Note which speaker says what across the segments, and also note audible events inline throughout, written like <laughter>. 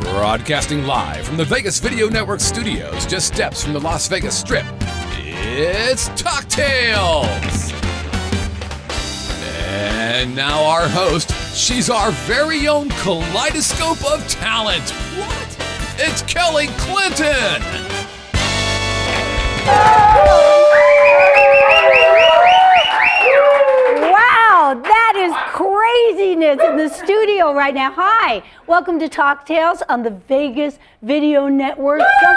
Speaker 1: Broadcasting live from the Vegas Video Network studios, just steps from the Las Vegas Strip, it's Talk Tales! And now our host, she's our very own kaleidoscope of talent. What? It's Kelly Clinton!
Speaker 2: Wow, that is craziness in the studio right now. Hi, welcome to Talk Tales on the Vegas Video Network. Some,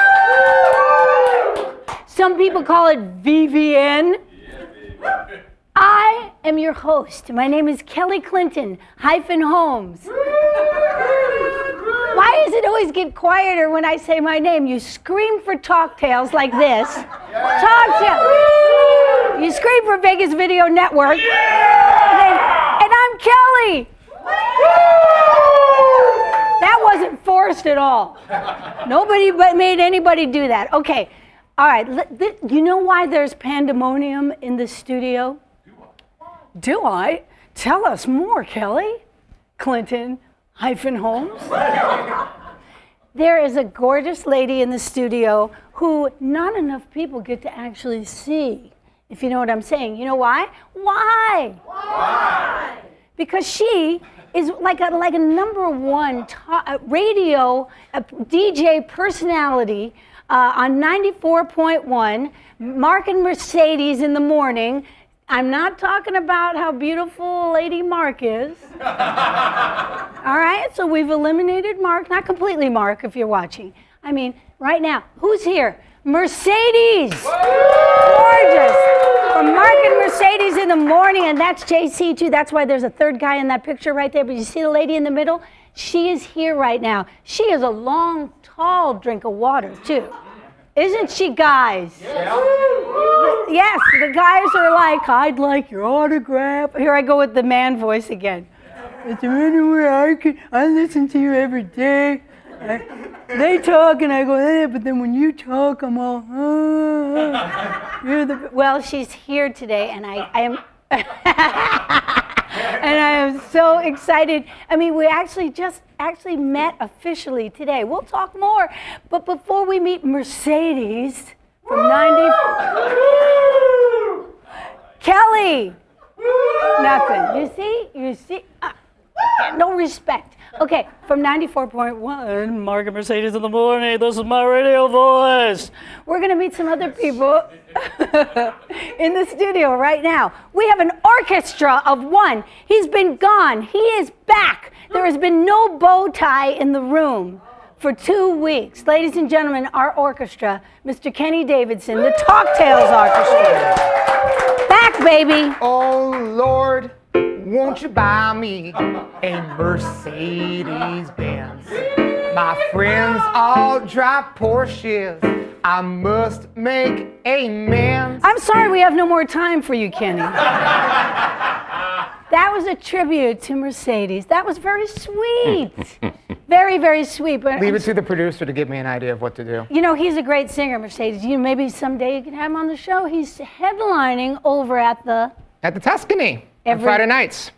Speaker 2: some people call it VVN. I am your host. My name is Kelly Clinton hyphen Holmes. Why does it always get quieter when I say my name? You scream for talk tales like this. Talk tales. You scream for Vegas Video Network. And, then- and I'm Kelly. That wasn't forced at all. Nobody but made anybody do that. Okay. All right. Let- th- You know why there's pandemonium in the studio? Do I? Tell us more, Kelly. Clinton hyphen Holmes. <laughs> there is a gorgeous lady in the studio who not enough people get to actually see, if you know what I'm saying. You know why? Why? Why? Because she is like a, like a number one ta- uh, radio uh, DJ personality uh, on 94.1, Mark and Mercedes in the morning. I'm not talking about how beautiful Lady Mark is. All right, so we've eliminated Mark, not completely Mark, if you're watching. I mean, right now, who's here? Mercedes! Gorgeous! From Mark and Mercedes in the morning, and that's JC too. That's why there's a third guy in that picture right there. But you see the lady in the middle? She is here right now. She is a long, tall drink of water too. Isn't she, guys? Yes, the guys are like, I'd like your autograph. Here I go with the man voice again. Is there anywhere I can? I listen to you every day. I- they talk and I go, eh, but then when you talk, I'm all, "Ah, you're the. b-" Well, she's here today, and I, I am. <laughs> and I am so excited. I mean, we actually just actually met officially today. We'll talk more, but before we meet Mercedes from 90 Kelly. Nothing. You see? You see? Uh, no respect. Okay, from 94.1, Margaret Mercedes in the morning. This is my radio voice. We're going to meet some other people <laughs> in the studio right now. We have an orchestra of one. He's been gone. He is back. There has been no bow tie in the room for two weeks. Ladies and gentlemen, our orchestra, Mr. Kenny Davidson, the Talk Tales Orchestra. Back, baby.
Speaker 3: Oh Lord, won't you buy me a Mercedes Benz? My friends all drive Porsches. I must make amends.
Speaker 2: I'm sorry we have no more time for you, Kenny. that was a tribute to Mercedes. That was very sweet. very, very sweet. But
Speaker 3: Leave it to the producer to give me an idea of what to do.
Speaker 2: you know, he's a great singer, Mercedes. You maybe someday you can have him on the show. He's headlining over at the
Speaker 3: At the Tuscany on
Speaker 2: Every-
Speaker 3: Friday nights.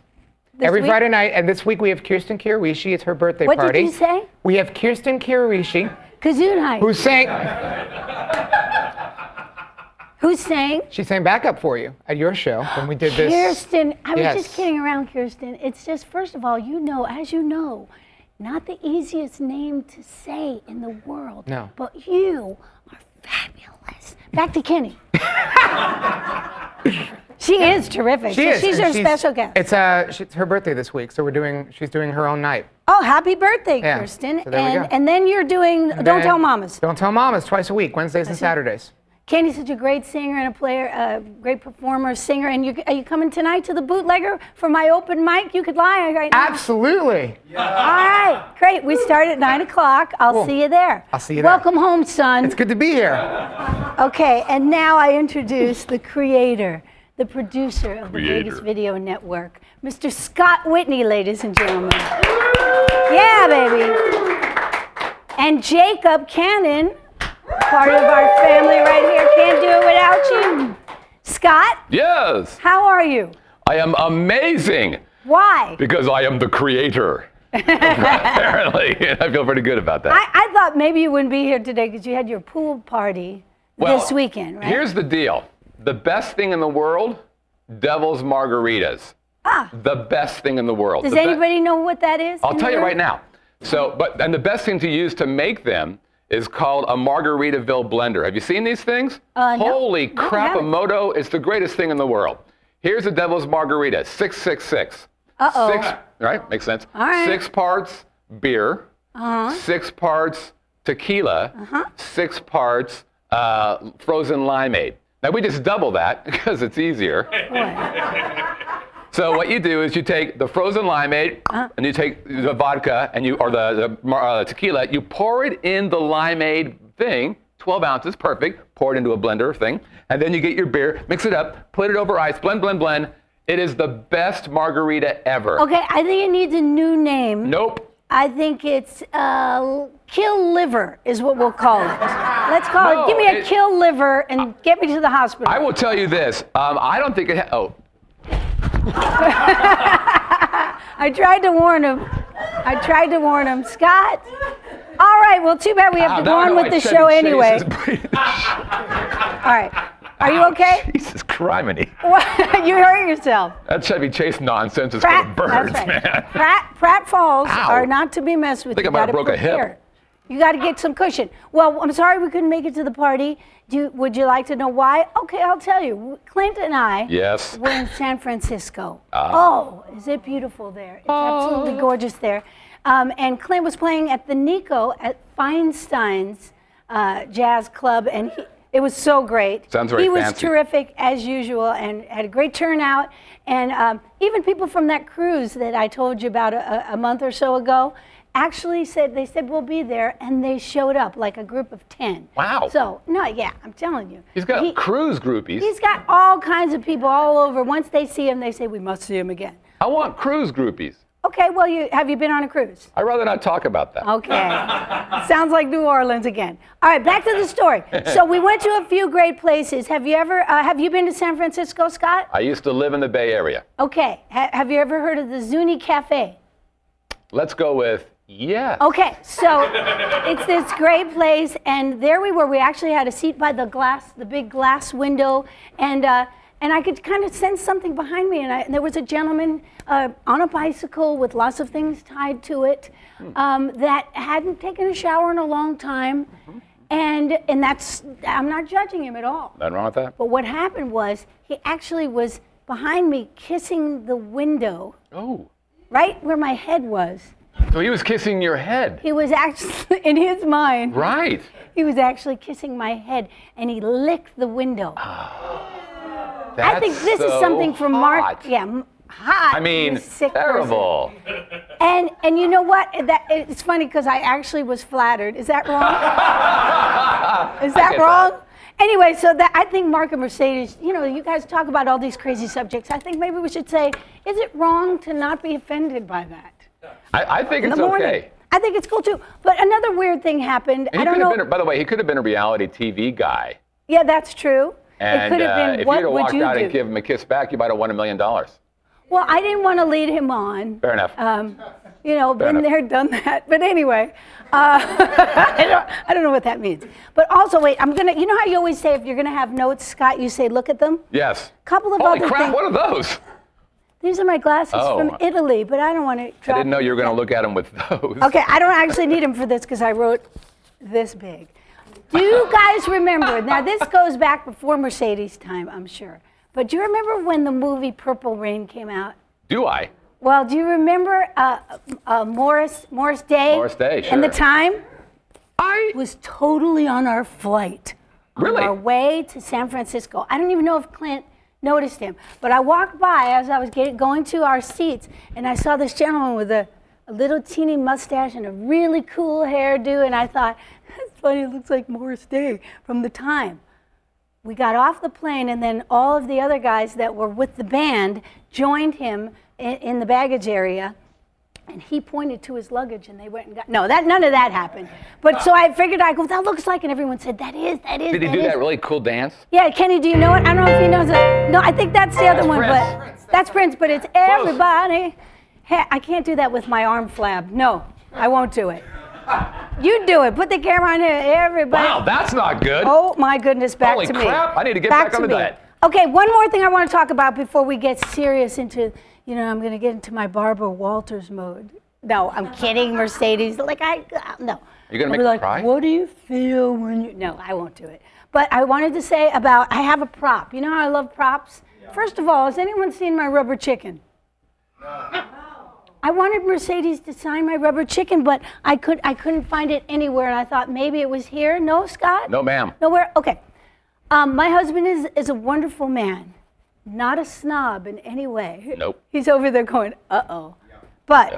Speaker 2: this
Speaker 3: Every
Speaker 2: week-
Speaker 3: Friday night, and this week we have Kirsten Kirishi. It's her birthday
Speaker 2: What did
Speaker 3: party.
Speaker 2: you say?
Speaker 3: We have Kirsten Kirishi,
Speaker 2: Kazoo night.
Speaker 3: who sang.
Speaker 2: Who sang?
Speaker 3: She sang backup for you at your show when we did this.
Speaker 2: Kirsten, I was just
Speaker 3: Yes.
Speaker 2: kidding around, Kirsten. It's just, first of all, you know, as you know, not the easiest name to say in the world.
Speaker 3: No.
Speaker 2: But you are fabulous. Back to
Speaker 3: <laughs>
Speaker 2: Kenny. she is terrific.
Speaker 3: She
Speaker 2: so
Speaker 3: is,
Speaker 2: She's
Speaker 3: and
Speaker 2: our special guest.
Speaker 3: It's uh, she- it's her birthday this week, so we're doing. She's doing her own night.
Speaker 2: oh, happy birthday,
Speaker 3: Yeah,
Speaker 2: Kirsten.
Speaker 3: so there we
Speaker 2: and
Speaker 3: go.
Speaker 2: and then you're doing Don't
Speaker 3: Then-
Speaker 2: Tell Mamas.
Speaker 3: Don't tell mamas twice a week, Wednesdays and Saturdays.
Speaker 2: Kenny's such a great singer and a player, a great performer, singer. And you are you coming tonight to the bootlegger for my open mic? You could lie right now.
Speaker 3: Absolutely.
Speaker 2: All right, great. We start at nine o'clock. I'll
Speaker 3: Cool.
Speaker 2: see you there.
Speaker 3: I'll see you there.
Speaker 2: Welcome home, son.
Speaker 3: It's good to be here.
Speaker 2: Okay, and now I introduce the creator, the producer of the Vegas
Speaker 1: Creator.
Speaker 2: Video Network, Mr. Scott Whitney, ladies and gentlemen. Yeah, baby. And Jacob Cannon, part of our family right here. Can't do it without you. Scott,
Speaker 4: Yes,
Speaker 2: how are you?
Speaker 4: I am amazing
Speaker 2: Why? <laughs>
Speaker 4: because I am the creator. apparently. And I feel pretty good about that.
Speaker 2: I, I thought maybe you wouldn't be here today because you had your pool party
Speaker 4: Well,
Speaker 2: this weekend, right?
Speaker 4: Here's the deal the best thing in the world, devil's margaritas. Ah. The best thing in the world.
Speaker 2: Does
Speaker 4: The be-
Speaker 2: anybody know what that is?
Speaker 4: I'll
Speaker 2: in
Speaker 4: tell you
Speaker 2: the
Speaker 4: right
Speaker 2: room?
Speaker 4: now. So, but and the best thing to use to make them is called a Margaritaville blender. Have you seen these things?
Speaker 2: Uh, no.
Speaker 4: Holy
Speaker 2: No, I
Speaker 4: crap, a
Speaker 2: haven't.
Speaker 4: moto is the greatest thing in the world. Here's a devil's margarita, 666.
Speaker 2: Uh-oh.
Speaker 4: Six, right? Makes sense.
Speaker 2: All right.
Speaker 4: Six parts beer, uh-huh. six parts tequila, uh-huh. six parts uh, frozen limeade. Now we just double that <laughs> because it's easier. So what you do is you take the frozen limeade and you take the vodka and you or the, the mar- uh, tequila, you pour it in the limeade thing, 12 ounces, perfect. Pour it into a blender thing, and then you get your beer, mix it up, put it over ice, blend, blend, blend. It is the best margarita ever.
Speaker 2: Okay, I think it needs a new name.
Speaker 4: Nope.
Speaker 2: I think it's uh, kill liver is what we'll call it. Let's call
Speaker 4: No,
Speaker 2: it. Give me a
Speaker 4: it-
Speaker 2: kill liver and get me to the hospital.
Speaker 4: I will tell you this. Um, I don't think it. Ha- oh,
Speaker 2: I tried to warn him. I tried to warn him, Scott. All right. Well, too bad we have
Speaker 4: ah,
Speaker 2: to
Speaker 4: that
Speaker 2: go
Speaker 4: would
Speaker 2: on
Speaker 4: go
Speaker 2: with
Speaker 4: like
Speaker 2: the
Speaker 4: Chevy
Speaker 2: show
Speaker 4: Chase's
Speaker 2: anyway.
Speaker 4: breathing.
Speaker 2: All right. Are you okay?
Speaker 4: <laughs>
Speaker 2: <laughs>
Speaker 4: Jesus criminy.
Speaker 2: you hurt yourself.
Speaker 4: That Chevy Chase nonsense is for
Speaker 2: Pratt.
Speaker 4: birds,
Speaker 2: that's right.
Speaker 4: man.
Speaker 2: Pratt, Pratt Falls
Speaker 4: Ow.
Speaker 2: are not to be messed with.
Speaker 4: Think
Speaker 2: You
Speaker 4: I might have
Speaker 2: gotta
Speaker 4: broke a hip.
Speaker 2: prepare. You got to get some cushion. Well, I'm sorry we couldn't make it to the party. Do you, would you like to know why? Okay, I'll tell you. Clint and I.
Speaker 4: Yes. Ah.
Speaker 2: We're in San Francisco. Oh, is it beautiful there? It's absolutely gorgeous there. Um, and Clint was playing at the Nico at Feinstein's uh, Jazz Club, and he, it was so great.
Speaker 4: Sounds very
Speaker 2: He was
Speaker 4: fancy.
Speaker 2: terrific as usual, and had a great turnout. And um, even people from that cruise that I told you about a, a- a month or so ago actually said they said we'll be there, and they showed up like a group of ten.
Speaker 4: Wow.
Speaker 2: So no, yeah, I'm telling you.
Speaker 4: He's got
Speaker 2: He-
Speaker 4: cruise groupies.
Speaker 2: He's got all kinds of people all over. Once they see him, they say, "We must see him again."
Speaker 4: I want cruise groupies.
Speaker 2: Okay, well, you have you been on a cruise?
Speaker 4: I'd rather not talk about that. <laughs>
Speaker 2: Okay, sounds like New Orleans again. All right, back to the story. So we went to a few great places. Have you ever uh, have you been to San Francisco, Scott?
Speaker 4: I used to live in the Bay Area.
Speaker 2: Okay, ha- have you ever heard of the Zuni Cafe?
Speaker 4: Let's go with yes.
Speaker 2: Okay, so it's this great place, and there we were. We actually had a seat by the glass, the big glass window, and uh, and I could kind of sense something behind me. And, I, and there was a gentleman uh, on a bicycle with lots of things tied to it um, that hadn't taken a shower in a long time, and and that's I'm not judging him at all.
Speaker 4: Nothing wrong with that?
Speaker 2: But what happened was he actually was behind me kissing the window
Speaker 4: Oh.
Speaker 2: right where my head was.
Speaker 4: So he was kissing your head.
Speaker 2: He was actually <laughs> in his mind.
Speaker 4: Right.
Speaker 2: He was actually kissing my head and he licked the window.
Speaker 4: That's
Speaker 2: I think this is
Speaker 4: so
Speaker 2: something from Mark.
Speaker 4: hot.
Speaker 2: Yeah, m- hot.
Speaker 4: I mean,
Speaker 2: you sick person.
Speaker 4: terrible.
Speaker 2: And and you know what? That it's funny because I actually was flattered. Is that
Speaker 4: <laughs>
Speaker 2: wrong? is
Speaker 4: I
Speaker 2: that
Speaker 4: get
Speaker 2: wrong?
Speaker 4: that.
Speaker 2: Anyway, so that I think Mark and Mercedes, you know, you guys talk about all these crazy subjects. I think maybe we should say, is it wrong to not be offended by that?
Speaker 4: I, I think
Speaker 2: In
Speaker 4: it's
Speaker 2: the morning.
Speaker 4: okay.
Speaker 2: I think it's cool too. But another weird thing happened.
Speaker 4: And
Speaker 2: I
Speaker 4: he
Speaker 2: don't
Speaker 4: could
Speaker 2: know.
Speaker 4: have been, a- by the way, he could have been a reality TV guy.
Speaker 2: Yeah, that's true. it
Speaker 4: And
Speaker 2: could have
Speaker 4: uh,
Speaker 2: been
Speaker 4: if
Speaker 2: what
Speaker 4: you'd have
Speaker 2: would
Speaker 4: walked
Speaker 2: you
Speaker 4: out
Speaker 2: do?
Speaker 4: and give him a kiss back, you might have won a million dollars.
Speaker 2: well, I didn't want to lead him on.
Speaker 4: Fair enough.
Speaker 2: Um, you know, been
Speaker 4: enough.
Speaker 2: there, done that. But anyway, uh, <laughs> I, don't, I don't know what that means. But also, wait, I'm gonna. You know how you always say if you're gonna have notes, Scott, you say look at them.
Speaker 4: yes.
Speaker 2: Couple of
Speaker 4: Holy
Speaker 2: other
Speaker 4: crap,
Speaker 2: things.
Speaker 4: what are those?
Speaker 2: These are my glasses
Speaker 4: Oh.
Speaker 2: from Italy, but I don't want to.
Speaker 4: I didn't know you were going to look at him with those.
Speaker 2: <laughs> Okay, I don't actually need them for this because I wrote this big. Do you guys remember? Now, this goes back before Mercedes' time, I'm sure. But do you remember when the movie Purple Rain came out?
Speaker 4: Do I?
Speaker 2: Well, do you remember uh, uh, Morris Morris Day?
Speaker 4: Morris Day,
Speaker 2: And the
Speaker 4: sure.
Speaker 2: time
Speaker 4: I.
Speaker 2: was totally on our flight.
Speaker 4: Really?
Speaker 2: On our way to San Francisco. I don't even know if Clint noticed him, but I walked by as I was getting, going to our seats, and I saw this gentleman with a, a little teeny mustache and a really cool hairdo, and I thought, <laughs> that's funny, it looks like Morris Day from the time. We got off the plane, and then all of the other guys that were with the band joined him in, in the baggage area. And he pointed to his luggage, and they went and got. No, that none of that happened. But so I figured, I go, that looks like, and everyone said, that is, that is.
Speaker 4: Did he do
Speaker 2: is."
Speaker 4: that really cool dance?
Speaker 2: Yeah, Kenny, do you know it? I don't know if he knows it. No, I think that's the other one,
Speaker 4: Prince.
Speaker 2: but that's Prince. But it's everybody Hey, I can't do that with my arm flab. No, I won't do it. You do it. Put the camera on here, everybody.
Speaker 4: Wow, that's not good.
Speaker 2: Oh my goodness, back
Speaker 4: Holy
Speaker 2: to me.
Speaker 4: crap, I need to get back on
Speaker 2: to me.
Speaker 4: the diet.
Speaker 2: Okay, one more thing I want to talk about before we get serious into, you know, I'm going to get into my Barbara Walters mode. No, I'm kidding, Mercedes. Like I uh, no.
Speaker 4: You gonna
Speaker 2: I'll
Speaker 4: make
Speaker 2: be
Speaker 4: her
Speaker 2: like,
Speaker 4: cry?
Speaker 2: What do you feel when you? No, I won't do it. But I wanted to say about I have a prop. You know how I love props. First of all, has anyone seen my rubber chicken? I wanted Mercedes to sign my rubber chicken, but I could I couldn't find it anywhere, and I thought maybe it was here. No, Scott.
Speaker 4: No, ma'am.
Speaker 2: Nowhere. Okay. Um, my husband is is a wonderful man, not a snob in any way.
Speaker 4: Nope.
Speaker 2: He's over there going, uh oh, but.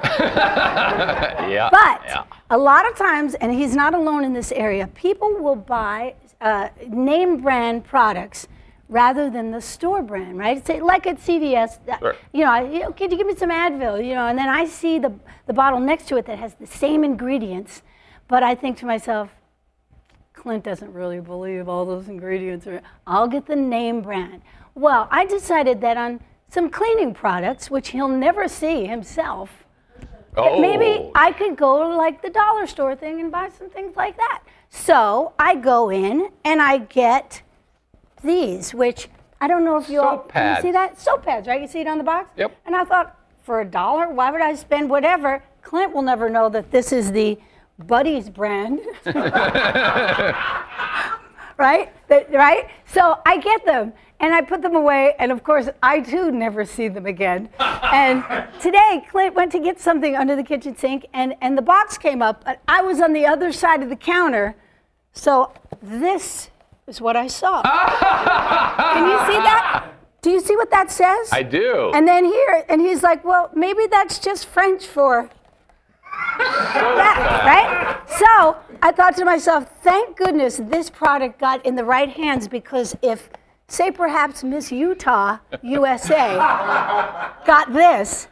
Speaker 4: <laughs> Yeah.
Speaker 2: But
Speaker 4: yeah.
Speaker 2: a lot of times, and he's not alone in this area, people will buy uh, name brand products rather than the store brand, right? Say, like at CVS, uh,
Speaker 4: Sure.
Speaker 2: you know, I, you know, could you give me some Advil, you know, and then I see the, the bottle next to it that has the same ingredients, but I think to myself, Clint doesn't really believe all those ingredients are. I'll get the name brand. Well, I decided that on some cleaning products, which he'll never see himself,
Speaker 4: Oh.
Speaker 2: maybe I could go to like the dollar store thing and buy some things like that. So I go in and I get these, which I don't know if you all
Speaker 4: Soap
Speaker 2: can you see
Speaker 4: pads.
Speaker 2: that soap pads, right? You see it on the box.
Speaker 4: Yep.
Speaker 2: And I thought, for a dollar, why would I spend whatever? Clint will never know that this is the Buddies brand, right? That- right. So I get them and I put them away, and of course I too never see them again. and today Clint went to get something under the kitchen sink, and and the box came up, but I was on the other side of the counter, so this is what I saw. Can you see that? Do you see what that says?
Speaker 4: I do.
Speaker 2: And then here, and he's like, well, maybe that's just French for that, right? So I thought to myself, thank goodness this product got in the right hands because if, say, perhaps Miss Utah, USA, got this,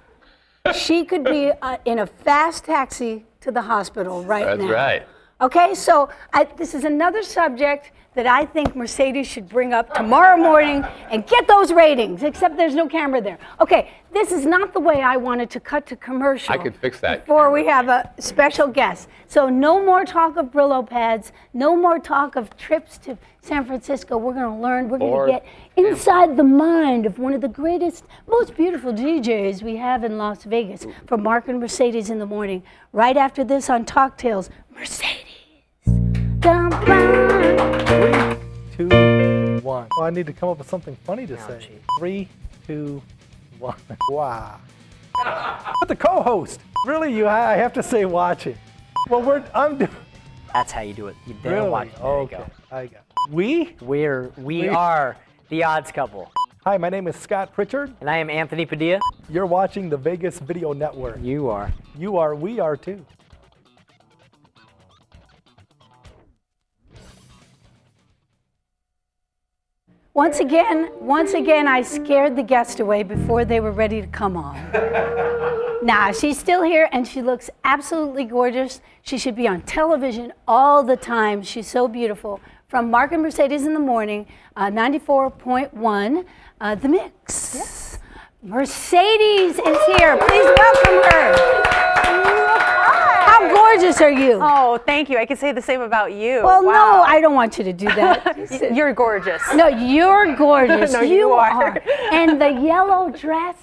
Speaker 2: she could be uh, in a fast taxi to the hospital right
Speaker 4: That's
Speaker 2: now.
Speaker 4: right.
Speaker 2: Okay, so I, this is another subject that I think Mercedes should bring up tomorrow morning and get those ratings, except there's no camera there. Okay, this is not the way I wanted to cut to commercial.
Speaker 4: I could fix that
Speaker 2: Before we have a special guest. So, no more talk of Brillo pads, no more talk of trips to San Francisco. We're going to learn, we're
Speaker 4: Or-
Speaker 2: going to get inside the mind of one of the greatest, most beautiful DJs we have in Las Vegas for Mark and Mercedes in the morning. Right after this on Talk Tales, Mercedes. Dum, bum.
Speaker 5: two, one. Well, I need to come up with something funny to say. Three, two, one. Wow. But the co-host. Really, you? I I have to say, watching. Well, we're. I'm doing.
Speaker 6: That's how you do it. You dare
Speaker 5: Really?
Speaker 6: watch. There
Speaker 5: okay.
Speaker 6: you go.
Speaker 5: I got. We.
Speaker 6: We're we,
Speaker 5: We-
Speaker 6: are the odds couple,
Speaker 5: Hi, my name is Scott Pritchard.
Speaker 6: and I am Anthony Padilla.
Speaker 5: You're watching the Vegas Video Network.
Speaker 6: You are.
Speaker 5: You are. We are too.
Speaker 2: Once again, once again, I scared the guest away before they were ready to come on. Nah, she's still here and she looks absolutely gorgeous. She should be on television all the time. She's so beautiful. From Mark and Mercedes in the morning, uh, 94.1, uh, The Mix. Mercedes is here. Please welcome her. How gorgeous are you?
Speaker 7: Oh, thank you. I could say the same about you.
Speaker 2: well, no,
Speaker 7: Wow.
Speaker 2: I don't want you
Speaker 7: <laughs>
Speaker 2: to do that.
Speaker 7: Y- You're gorgeous.
Speaker 2: No, you're gorgeous.
Speaker 7: <laughs> No, you are.
Speaker 2: And the yellow dress,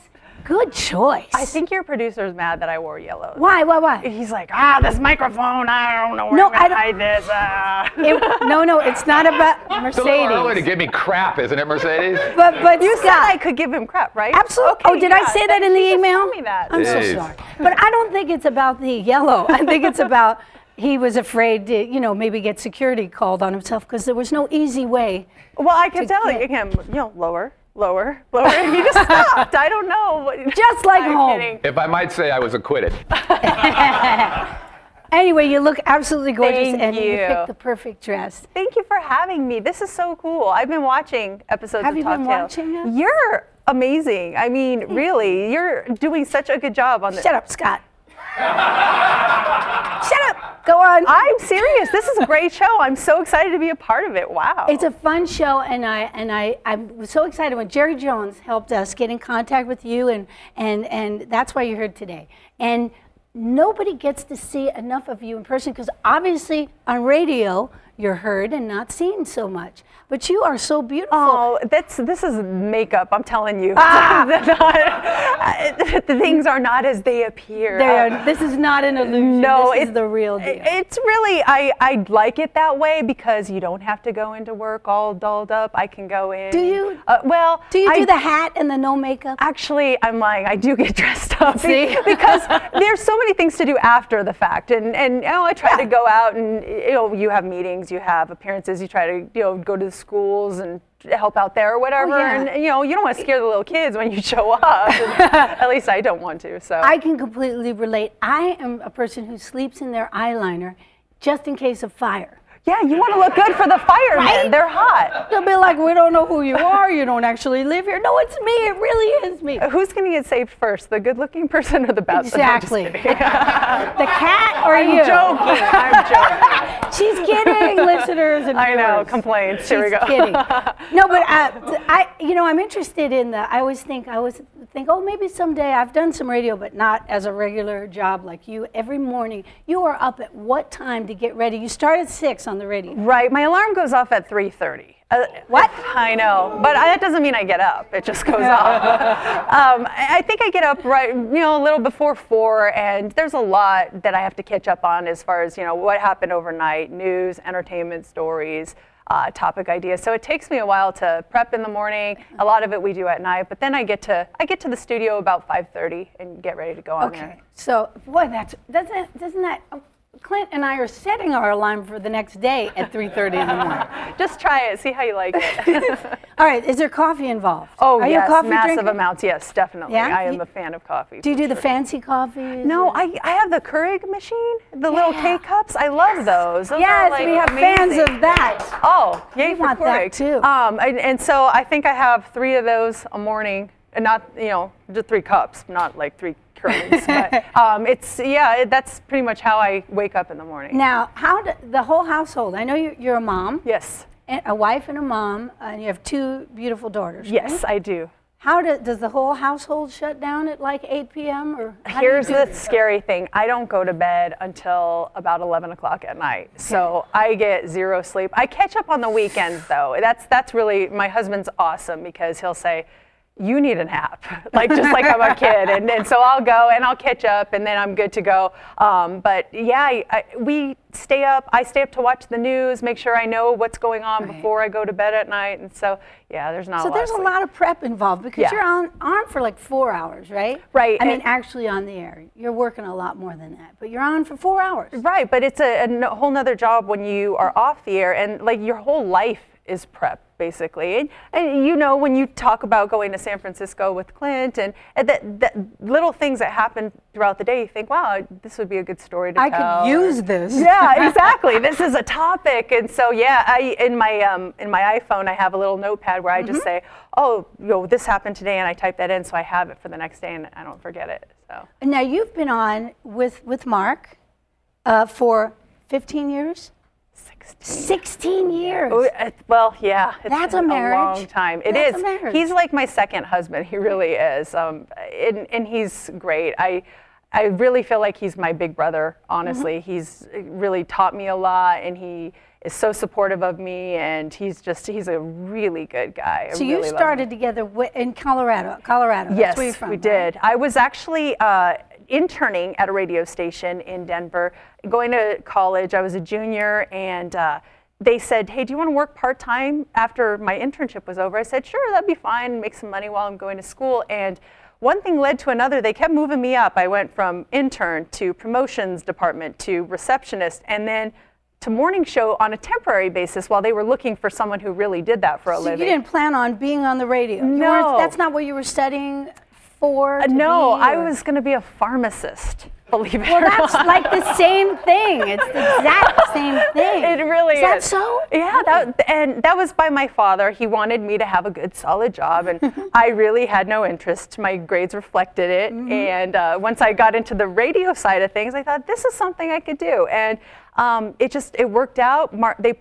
Speaker 2: good choice.
Speaker 7: I think your producer's mad that I wore yellow.
Speaker 2: Why, why,
Speaker 7: <laughs>
Speaker 2: why?
Speaker 7: He's like, ah, this microphone. I don't know where
Speaker 2: No,
Speaker 7: I'm gonna
Speaker 2: I
Speaker 7: hide this. Ah. <laughs>
Speaker 2: It- no, no, it's not about
Speaker 4: it's a little early to
Speaker 2: Mercedes.
Speaker 4: give me crap, isn't it, Mercedes?
Speaker 2: <laughs> But, but you
Speaker 7: I
Speaker 2: Scott,
Speaker 7: could give him crap, right?
Speaker 2: absolutely.
Speaker 7: Okay,
Speaker 2: oh, did I
Speaker 7: yeah,
Speaker 2: say that in the
Speaker 7: she just
Speaker 2: email?
Speaker 7: told me that.
Speaker 2: I'm so
Speaker 4: Yes.
Speaker 2: sorry. But I don't think it's about the yellow. I think it's about he was afraid to, you know, maybe get security called on himself because there was no easy way.
Speaker 7: Well, I kept
Speaker 2: To
Speaker 7: telling
Speaker 2: get-
Speaker 7: him, you know, lower, lower, lower, <laughs> and he just stopped. I don't know. what-
Speaker 2: <laughs> Just like
Speaker 7: I'm
Speaker 2: home.
Speaker 7: kidding.
Speaker 4: if I might say, I was acquitted.
Speaker 2: Anyway, you look absolutely gorgeous
Speaker 7: Thank
Speaker 2: and you
Speaker 7: you.
Speaker 2: picked the perfect dress.
Speaker 7: Thank you for having me. This is so cool. I've been watching episodes
Speaker 2: Have
Speaker 7: of
Speaker 2: you
Speaker 7: Top
Speaker 2: been
Speaker 7: Tail.
Speaker 2: watching it?
Speaker 7: You're amazing. I mean, really, you're doing such a good job on
Speaker 2: <laughs>
Speaker 7: this.
Speaker 2: Shut up, Scott. Shut up. Go on.
Speaker 7: I'm serious. This is a great show. I'm so excited to be a part of it. Wow.
Speaker 2: It's a fun show, and I and I I was so excited when Jerry Jones helped us get in contact with you, and and and that's why you're here today. And nobody gets to see enough of you in person because obviously on radio you're heard and not seen so much. But you are so beautiful.
Speaker 7: Oh, that's this is makeup. I'm telling you,
Speaker 2: Ah!
Speaker 7: <laughs> They're not- the things are not as they appear.
Speaker 2: They
Speaker 7: Uh,
Speaker 2: are- this is not an illusion.
Speaker 7: no,
Speaker 2: this
Speaker 7: it-
Speaker 2: is the real deal.
Speaker 7: It's really I I like it that way because you don't have to go into work all dolled up. I can go in.
Speaker 2: Do you-
Speaker 7: Uh, well,
Speaker 2: do you
Speaker 7: I-
Speaker 2: do the hat and the no makeup?
Speaker 7: Actually, I'm lying. I do get <laughs> dressed up
Speaker 2: See?
Speaker 7: be- <laughs> because there's so many things to do after the fact, and and you know, I try to go out and you know you have meetings, you have appearances, you try to you know go to the schools and help out there or whatever,
Speaker 2: Oh, yeah.
Speaker 7: and you know you don't want to scare the little kids when you <laughs> show
Speaker 2: <laughs>
Speaker 7: up. and at least I don't want to. So
Speaker 2: I can completely relate. I am a person who sleeps in their eyeliner just in case of fire.
Speaker 7: yeah, you want to look good for the firemen.
Speaker 2: Right?
Speaker 7: They're hot.
Speaker 2: They'll be like, we don't know who you are. You don't actually live here. No, it's me. It really is me.
Speaker 7: Who's going to get saved first, the good-looking person or the best? I'm just
Speaker 2: Exactly.
Speaker 7: kidding. <laughs>
Speaker 2: The cat or
Speaker 7: I'm
Speaker 2: you?
Speaker 7: joking. I'm joking.
Speaker 2: She's kidding, listeners and
Speaker 7: I know.
Speaker 2: viewers.
Speaker 7: Complaints. Here we
Speaker 2: She's
Speaker 7: go. <laughs>
Speaker 2: kidding. No, but uh, I, you know, I'm interested in the. I always think, I always think, oh, maybe someday I've done some radio, but not as a regular job like you. Every morning, you are up at what time to get ready? You start at six on the radio.
Speaker 7: Right. My alarm goes off at 3:30. Uh,
Speaker 2: What?
Speaker 7: I know, but I, that doesn't mean I get up. It just goes off. Um, I I think I get up right, you know, a little before four, and there's a lot that I have to catch up on as far as you know what happened overnight, news, entertainment stories. Uh, topic ideas. So it takes me a while to prep in the morning. A lot of it we do at night, but then I get to I get to the studio about 5:30 and get ready to go on there.
Speaker 2: Okay. So, boy, that's doesn't doesn't that oh, Clint and I are setting our alarm for the next day
Speaker 7: <laughs>
Speaker 2: at 3:30 in the morning.
Speaker 7: Just try it. See how you like
Speaker 2: <laughs>
Speaker 7: it.
Speaker 2: All right, is there coffee involved?
Speaker 7: Oh
Speaker 2: are you a
Speaker 7: yes,
Speaker 2: coffee
Speaker 7: massive
Speaker 2: drinker?
Speaker 7: amounts. Yes, definitely.
Speaker 2: Yeah?
Speaker 7: I am
Speaker 2: You-
Speaker 7: a fan of coffee.
Speaker 2: Do you
Speaker 7: for
Speaker 2: do the
Speaker 7: sure.
Speaker 2: fancy coffee?
Speaker 7: No, I, I have the Keurig machine, the little
Speaker 2: Yeah.
Speaker 7: K cups. I love those. Those are,
Speaker 2: Yes,
Speaker 7: like,
Speaker 2: we have fans
Speaker 7: amazing.
Speaker 2: of that.
Speaker 7: Oh, yay
Speaker 2: We
Speaker 7: for
Speaker 2: want that
Speaker 7: Keurig.
Speaker 2: too.
Speaker 7: Um, and, and so I think I have three of those a morning, and not you know just three cups, not like three
Speaker 2: <laughs>
Speaker 7: Keurigs. but um, it's yeah, it, that's pretty much how I wake up in the morning.
Speaker 2: Now, how do, the whole household? I know you're, you're a mom,
Speaker 7: yes,
Speaker 2: and a wife and a mom, and you have two beautiful daughters.
Speaker 7: yes,
Speaker 2: right?
Speaker 7: I do.
Speaker 2: How do, does the whole household shut down at like 8 p.m. or? how do you
Speaker 7: Here's
Speaker 2: do
Speaker 7: the
Speaker 2: it?
Speaker 7: scary thing. I don't go to bed until about 11 o'clock at night. So I get zero sleep. I catch up on the weekends though. That's that's really my husband's awesome because he'll say, "You need a nap," <laughs> like just like I'm a kid, and, and so I'll go and I'll catch up, and then I'm good to go. Um, but yeah, I, I, we stay up. I stay up to watch the news, make sure I know what's going on
Speaker 2: Right.
Speaker 7: before I go to bed at night, and so yeah, there's not.
Speaker 2: So
Speaker 7: a lot
Speaker 2: there's
Speaker 7: of
Speaker 2: a
Speaker 7: sleep.
Speaker 2: lot of prep involved because
Speaker 7: Yeah.
Speaker 2: you're on on for like four hours, right?
Speaker 7: Right,
Speaker 2: I mean,
Speaker 7: and-
Speaker 2: actually on the air, you're working a lot more than that, but you're on for four hours.
Speaker 7: Right, but it's a, a no- whole nother job when you are
Speaker 2: Mm-hmm.
Speaker 7: off the air, and like your whole life is prep basically. And, and you know when you talk about going to San Francisco with Clint, and, and that, that little things that happen throughout the day, you think, wow, this would be a good story to
Speaker 2: I
Speaker 7: tell.
Speaker 2: could
Speaker 7: or-
Speaker 2: use this. <laughs>
Speaker 7: <laughs> yeah, exactly. This is a topic, and so yeah, I in my um, in my iPhone I have a little notepad where I just say,
Speaker 2: Mm-hmm.
Speaker 7: oh, you know, this happened today, and I type that in, so I have it for the next day, and I don't forget it. So
Speaker 2: Now you've been on with with Mark uh, for 15 years. 16 years.
Speaker 7: Oh, uh, Well, yeah. it's
Speaker 2: That's a
Speaker 7: been
Speaker 2: marriage.
Speaker 7: long time. It
Speaker 2: That's
Speaker 7: is.
Speaker 2: a marriage.
Speaker 7: He's like my second husband. He really is. Um, and, and he's great. I, I really feel like he's my big brother, honestly.
Speaker 2: Mm-hmm.
Speaker 7: He's really taught me a lot and he is so supportive of me and he's just, he's a really good guy. I
Speaker 2: so
Speaker 7: really
Speaker 2: you
Speaker 7: love him.
Speaker 2: started together wi- in Colorado. Colorado. That's
Speaker 7: Yes,
Speaker 2: where you're from,
Speaker 7: we
Speaker 2: right?
Speaker 7: did. I was actually uh, interning at a radio station in Denver, going to college. I was a junior, and uh, they said, "Hey, do you want to work part time after my internship was over?" I said, "Sure, that'd be fine. Make some money while I'm going to school." And one thing led to another. They kept moving me up. I went from intern to promotions department to receptionist, and then to morning show on a temporary basis while they were looking for someone who really did that for a
Speaker 2: So you
Speaker 7: living.
Speaker 2: didn't plan on being on the radio. You weren't-
Speaker 7: No.
Speaker 2: that's not what you were studying for.
Speaker 7: Uh,
Speaker 2: to
Speaker 7: no,
Speaker 2: be,
Speaker 7: I
Speaker 2: or-
Speaker 7: was going to be a pharmacist. <laughs> believe it
Speaker 2: Well,
Speaker 7: or <laughs>
Speaker 2: that's
Speaker 7: not.
Speaker 2: like the same thing. It's the
Speaker 7: <laughs>
Speaker 2: exact same thing.
Speaker 7: It really
Speaker 2: is.
Speaker 7: is.
Speaker 2: that so? Oh.
Speaker 7: Yeah, that, and that was by my father. He wanted me to have a good, solid job, and
Speaker 2: <laughs>
Speaker 7: I really had no interest. My grades reflected it.
Speaker 2: Mm-hmm.
Speaker 7: And uh, once I got into the radio side of things, I thought this is something I could do, and um, it just it worked out. Mark, they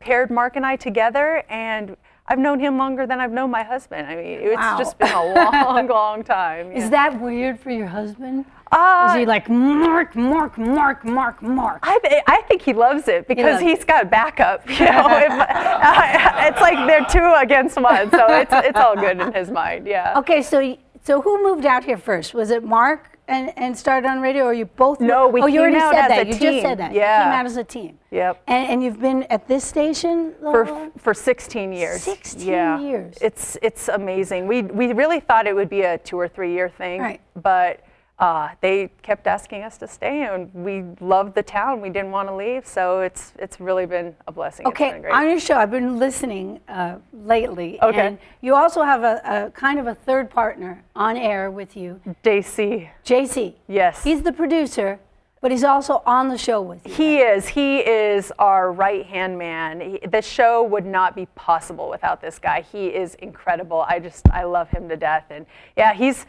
Speaker 7: paired Mark and I together, and I've known him longer than I've known my husband. I mean, it's
Speaker 2: Wow.
Speaker 7: just been a long, <laughs> long time.
Speaker 2: Is
Speaker 7: yeah.
Speaker 2: that weird for your husband?
Speaker 7: Uh,
Speaker 2: is he like Mark, Mark, Mark, Mark, Mark?
Speaker 7: I, th- I think he loves it because
Speaker 2: loves it.
Speaker 7: he has got backup.
Speaker 2: <laughs>
Speaker 7: You know, If- I- it's like they're two against one, so it's it's all good in his mind. Yeah.
Speaker 2: Okay, so y- so who moved out here first? Was it Mark and, and started on radio, or you both? mo-
Speaker 7: No, we
Speaker 2: oh, you already
Speaker 7: came out
Speaker 2: said
Speaker 7: as
Speaker 2: that.
Speaker 7: a
Speaker 2: you just
Speaker 7: team.
Speaker 2: said that. you came
Speaker 7: Yeah.
Speaker 2: out as a team.
Speaker 7: Yep.
Speaker 2: And, and you've been at this station the
Speaker 7: For,
Speaker 2: whole-
Speaker 7: for 16 years.
Speaker 2: 16
Speaker 7: yeah.
Speaker 2: years.
Speaker 7: It's it's amazing. We we really thought it would be a two or three year thing,
Speaker 2: Right.
Speaker 7: but uh, they kept asking us to stay, and we loved the town. We didn't want to leave, so it's it's really been a blessing. It's been
Speaker 2: Okay,
Speaker 7: great.
Speaker 2: on your show, I've been listening uh, lately.
Speaker 7: Okay.
Speaker 2: And you also have a, a kind of a third partner on air with you,
Speaker 7: JC.
Speaker 2: JC.
Speaker 7: Yes.
Speaker 2: He's the producer, but he's also on the show with you.
Speaker 7: He is. He is our right hand man. He, the show would not be possible without this guy. He is incredible. I just, I love him to death. And yeah, he's.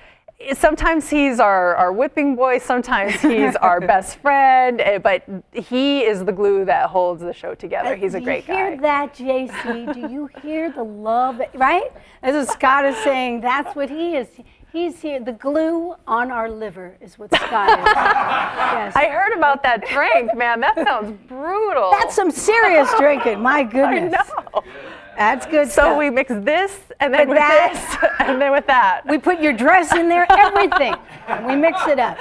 Speaker 7: Sometimes he's our, our whipping boy. Sometimes
Speaker 2: <laughs>
Speaker 7: he's our best friend. eh, But he is the glue that holds the show together. He's a great
Speaker 2: Do you hear
Speaker 7: guy.
Speaker 2: that, JC? Do you hear the love? Right? As a Scott is saying, that's what he is. He's here. The glue on our liver is what Scott is. yes.
Speaker 7: I heard about that drink, man. That sounds brutal.
Speaker 2: that's some serious drinking.
Speaker 7: <laughs>
Speaker 2: My goodness.
Speaker 7: no.
Speaker 2: That's good
Speaker 7: So
Speaker 2: stuff.
Speaker 7: we mix this and then
Speaker 2: With
Speaker 7: with,
Speaker 2: that.
Speaker 7: this <laughs> and then with that.
Speaker 2: We put your dress in there, everything. and we mix it
Speaker 7: <laughs>
Speaker 2: up.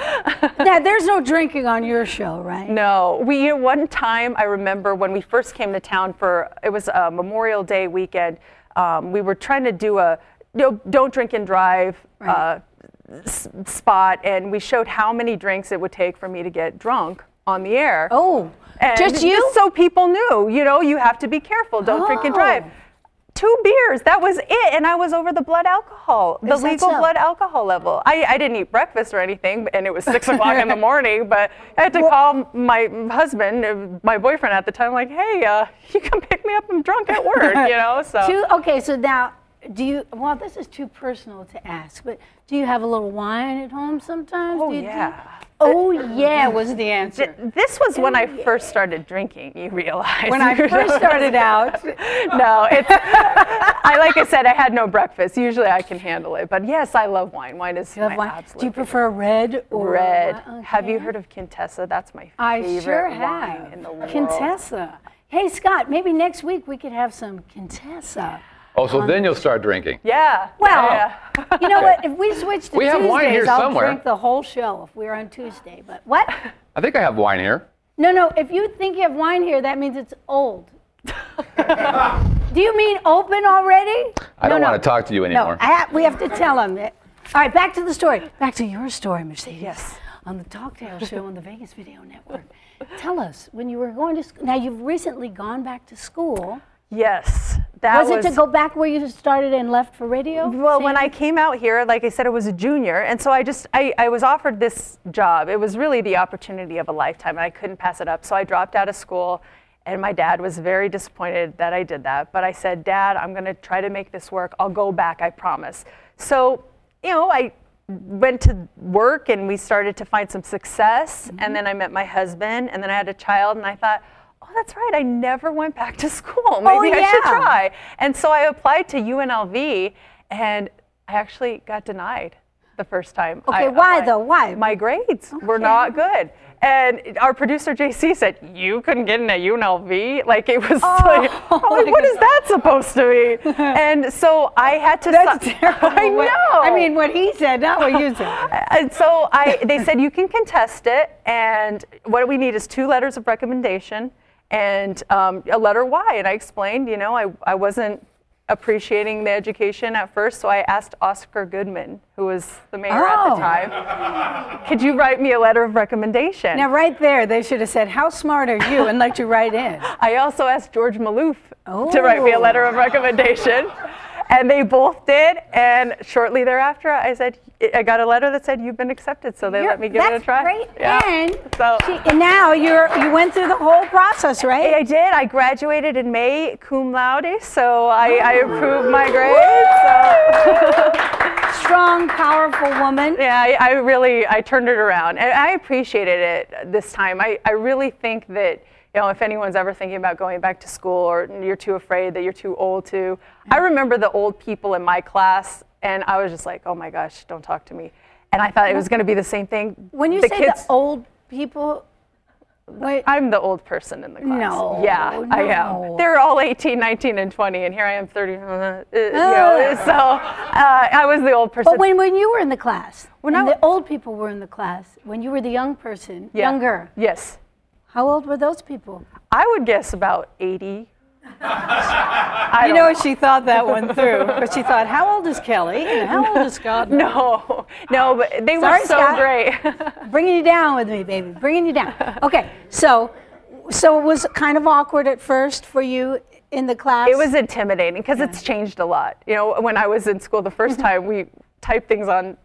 Speaker 2: Now, there's no drinking on your show, right?
Speaker 7: No, we you know, one time I remember when we first came to town for it was uh, Memorial Day weekend. Um, we were trying to do a you know, don't drink and drive
Speaker 2: Right.
Speaker 7: uh, s- spot, and we showed how many drinks it would take for me to get drunk on the air.
Speaker 2: Oh,
Speaker 7: And
Speaker 2: just you?
Speaker 7: so people knew, you know, you have to be careful. Don't drink and drive.
Speaker 2: Oh.
Speaker 7: Two beers, that was it, and I was over the blood alcohol, the
Speaker 2: Is that
Speaker 7: legal
Speaker 2: so?
Speaker 7: blood alcohol level. I, I didn't eat breakfast or anything, and it was six o'clock
Speaker 2: <laughs>
Speaker 7: in the morning. But I had to call my husband, uh, my boyfriend at the time, like, "Hey, uh, <laughs> you come pick me up. I'm drunk
Speaker 2: <laughs>
Speaker 7: at work," you know. So
Speaker 2: Two, okay, so now, do you, well, this is too personal to ask, but do you have a little wine at home sometimes?
Speaker 7: Oh,
Speaker 2: Do you drink?
Speaker 7: yeah.
Speaker 2: Oh, yeah, was the answer.
Speaker 7: this was when I first started drinking. <laughs> You realize
Speaker 2: When I first started out,
Speaker 7: no, it's I like I said, I had no breakfast. Usually I can handle it, but yes, I love wine. Wine is
Speaker 2: you have
Speaker 7: my
Speaker 2: wine.
Speaker 7: absolute
Speaker 2: Do you prefer red or
Speaker 7: red.
Speaker 2: whi-
Speaker 7: Have you
Speaker 2: okay.
Speaker 7: heard of Contessa? That's my
Speaker 2: I
Speaker 7: favorite
Speaker 2: sure
Speaker 7: wine
Speaker 2: have.
Speaker 7: in the world.
Speaker 2: Contessa. Hey, Scott, maybe next week we could have some Contessa.
Speaker 4: Oh, so then you'll start drinking.
Speaker 7: Yeah.
Speaker 2: Well,
Speaker 7: yeah.
Speaker 2: you know what? If we switch to
Speaker 4: We have
Speaker 2: Tuesdays,
Speaker 4: wine here
Speaker 2: I'll
Speaker 4: somewhere.
Speaker 2: drink the whole show if we're on Tuesday. But what?
Speaker 4: I think I have wine here.
Speaker 2: No, no. If you think you have wine here, that means it's <laughs> old. Do you mean open already?
Speaker 4: I don't want to talk to you anymore.
Speaker 2: No, I ha- we have to tell him that. All right, back to the story. Back to your story, Mercedes.
Speaker 7: Yes.
Speaker 2: On the Talktail show on the Vegas Video Network. Tell us when you were going to school. Now you've recently gone back to school.
Speaker 7: yes. That
Speaker 2: Was,
Speaker 7: was,
Speaker 2: it to go back where you started and left for radio?
Speaker 7: Well, when
Speaker 2: Same?
Speaker 7: I came out here, like I said, I was a junior, and so I just I, I was offered this job. It was really the opportunity of a lifetime, and I couldn't pass it up. So I dropped out of school, and my dad was very disappointed that I did that. But I said, Dad, I'm going to try to make this work. I'll go back, I promise. So, you know, I went to work, and we started to find some success,
Speaker 2: Mm-hmm.
Speaker 7: and then I met my husband, and then I had a child, and I thought. Oh, that's right. I never went back to <laughs> school. Maybe I should
Speaker 2: Oh, yeah.
Speaker 7: try. I- And so I applied to UNLV and I actually got denied the first time.
Speaker 2: Okay,
Speaker 7: I
Speaker 2: why
Speaker 7: applied.
Speaker 2: though? Why?
Speaker 7: My grades were not good. And our producer JC said, You couldn't get in at UNLV? Like it was
Speaker 2: Oh, <laughs>
Speaker 7: like, I'm like, what is that supposed to be? and so I had to
Speaker 2: That's
Speaker 7: si- <laughs>
Speaker 2: terrible.
Speaker 7: I
Speaker 2: What- <laughs>
Speaker 7: know.
Speaker 2: I mean, what he said, not what you said.
Speaker 7: And so I, they said you can contest it, and what we need is two letters of recommendation and um, a letter Y. And I explained, you know, I, I wasn't appreciating the education at first, so I asked Oscar Goodman, who was the mayor at
Speaker 2: Oh.
Speaker 7: the time, could you write me a letter of
Speaker 2: <laughs>
Speaker 7: recommendation?
Speaker 2: Now, right there, they should have said, How smart are you? and let you right in.
Speaker 7: I also asked George Maloof to write me a letter
Speaker 2: Oh.
Speaker 7: of recommendation. And they both did. And shortly thereafter, I said, I got a letter that said, You've been accepted. So they
Speaker 2: You're-
Speaker 7: let me give it a
Speaker 2: that's
Speaker 7: try.
Speaker 2: Great.
Speaker 7: Yeah.
Speaker 2: And,
Speaker 7: So-
Speaker 2: she, and now you're you went through the whole process, right?
Speaker 7: I did. I graduated in May cum laude. So I, I
Speaker 2: Oh.
Speaker 7: improved my
Speaker 2: <laughs>
Speaker 7: grades. So.
Speaker 2: Strong, powerful woman.
Speaker 7: Yeah, I, I really I turned it around, and I appreciated it this time. I, I really think that you know if anyone's ever thinking about going back to school or you're too afraid that you're too old to, I remember the old people in my class, and I was just like, oh my gosh, don't talk to me. And I thought it was going to be the same thing.
Speaker 2: When you
Speaker 7: the
Speaker 2: say
Speaker 7: kids,
Speaker 2: the old people, wait,
Speaker 7: I'm the old person in the class.
Speaker 2: No,
Speaker 7: Yeah, I
Speaker 2: no.
Speaker 7: am. They're all 18, and 20, and here I am 30. Uh, you know, so uh, I was the old person.
Speaker 2: Ah. but when, when you were in the class, when
Speaker 7: I
Speaker 2: and
Speaker 7: wa-
Speaker 2: the old people were in the class, when you were the young person,
Speaker 7: Yeah.
Speaker 2: younger,
Speaker 7: Yes.
Speaker 2: how old were those people?
Speaker 7: I would guess about 80. I
Speaker 2: You
Speaker 7: don't
Speaker 2: know, she thought that one through. <laughs> But she thought, how old is Kelly? And how old is <laughs> Scott?
Speaker 7: No, <laughs> no, but they
Speaker 2: Sorry,
Speaker 7: were so
Speaker 2: Scott.
Speaker 7: great.
Speaker 2: Bringing you down with me, baby. Bringing you down. Okay, so, so it was kind of awkward at first for you in the class.
Speaker 7: it was intimidating because it's changed a lot. You know, when I was in school the first
Speaker 2: Mm-hmm.
Speaker 7: time, we typed things on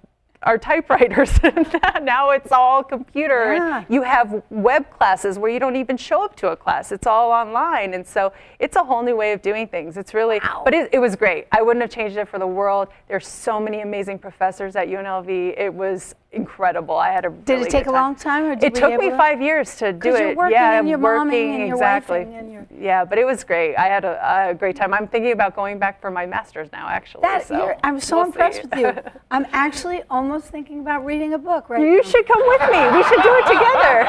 Speaker 7: our typewriters. <laughs> now it's all computer. and
Speaker 2: Yeah.
Speaker 7: You have web classes where you don't even show up to a class. It's all online, and so it's a whole new way of doing things. It's really, but it, it was great. I wouldn't have changed it for the world. There's so many amazing professors at UNLV. It was incredible. I had a.
Speaker 2: Did
Speaker 7: really
Speaker 2: it take
Speaker 7: good
Speaker 2: a
Speaker 7: time.
Speaker 2: long time, or did
Speaker 7: it
Speaker 2: we
Speaker 7: took
Speaker 2: able
Speaker 7: me
Speaker 2: to-
Speaker 7: five years to do
Speaker 2: 'Cause
Speaker 7: it.
Speaker 2: you're working
Speaker 7: yeah,
Speaker 2: and you're momming
Speaker 7: working
Speaker 2: and you're
Speaker 7: exactly.
Speaker 2: wifing and you're-
Speaker 7: Yeah, but it was great. I had a, a great time. I'm thinking about going back for my master's now, actually.
Speaker 2: That,
Speaker 7: so
Speaker 2: you're, I'm so
Speaker 7: we'll
Speaker 2: impressed
Speaker 7: see.
Speaker 2: with you. I'm actually almost thinking about reading a book right
Speaker 7: <laughs> you
Speaker 2: now.
Speaker 7: should come with me. We should do it together.
Speaker 2: <laughs>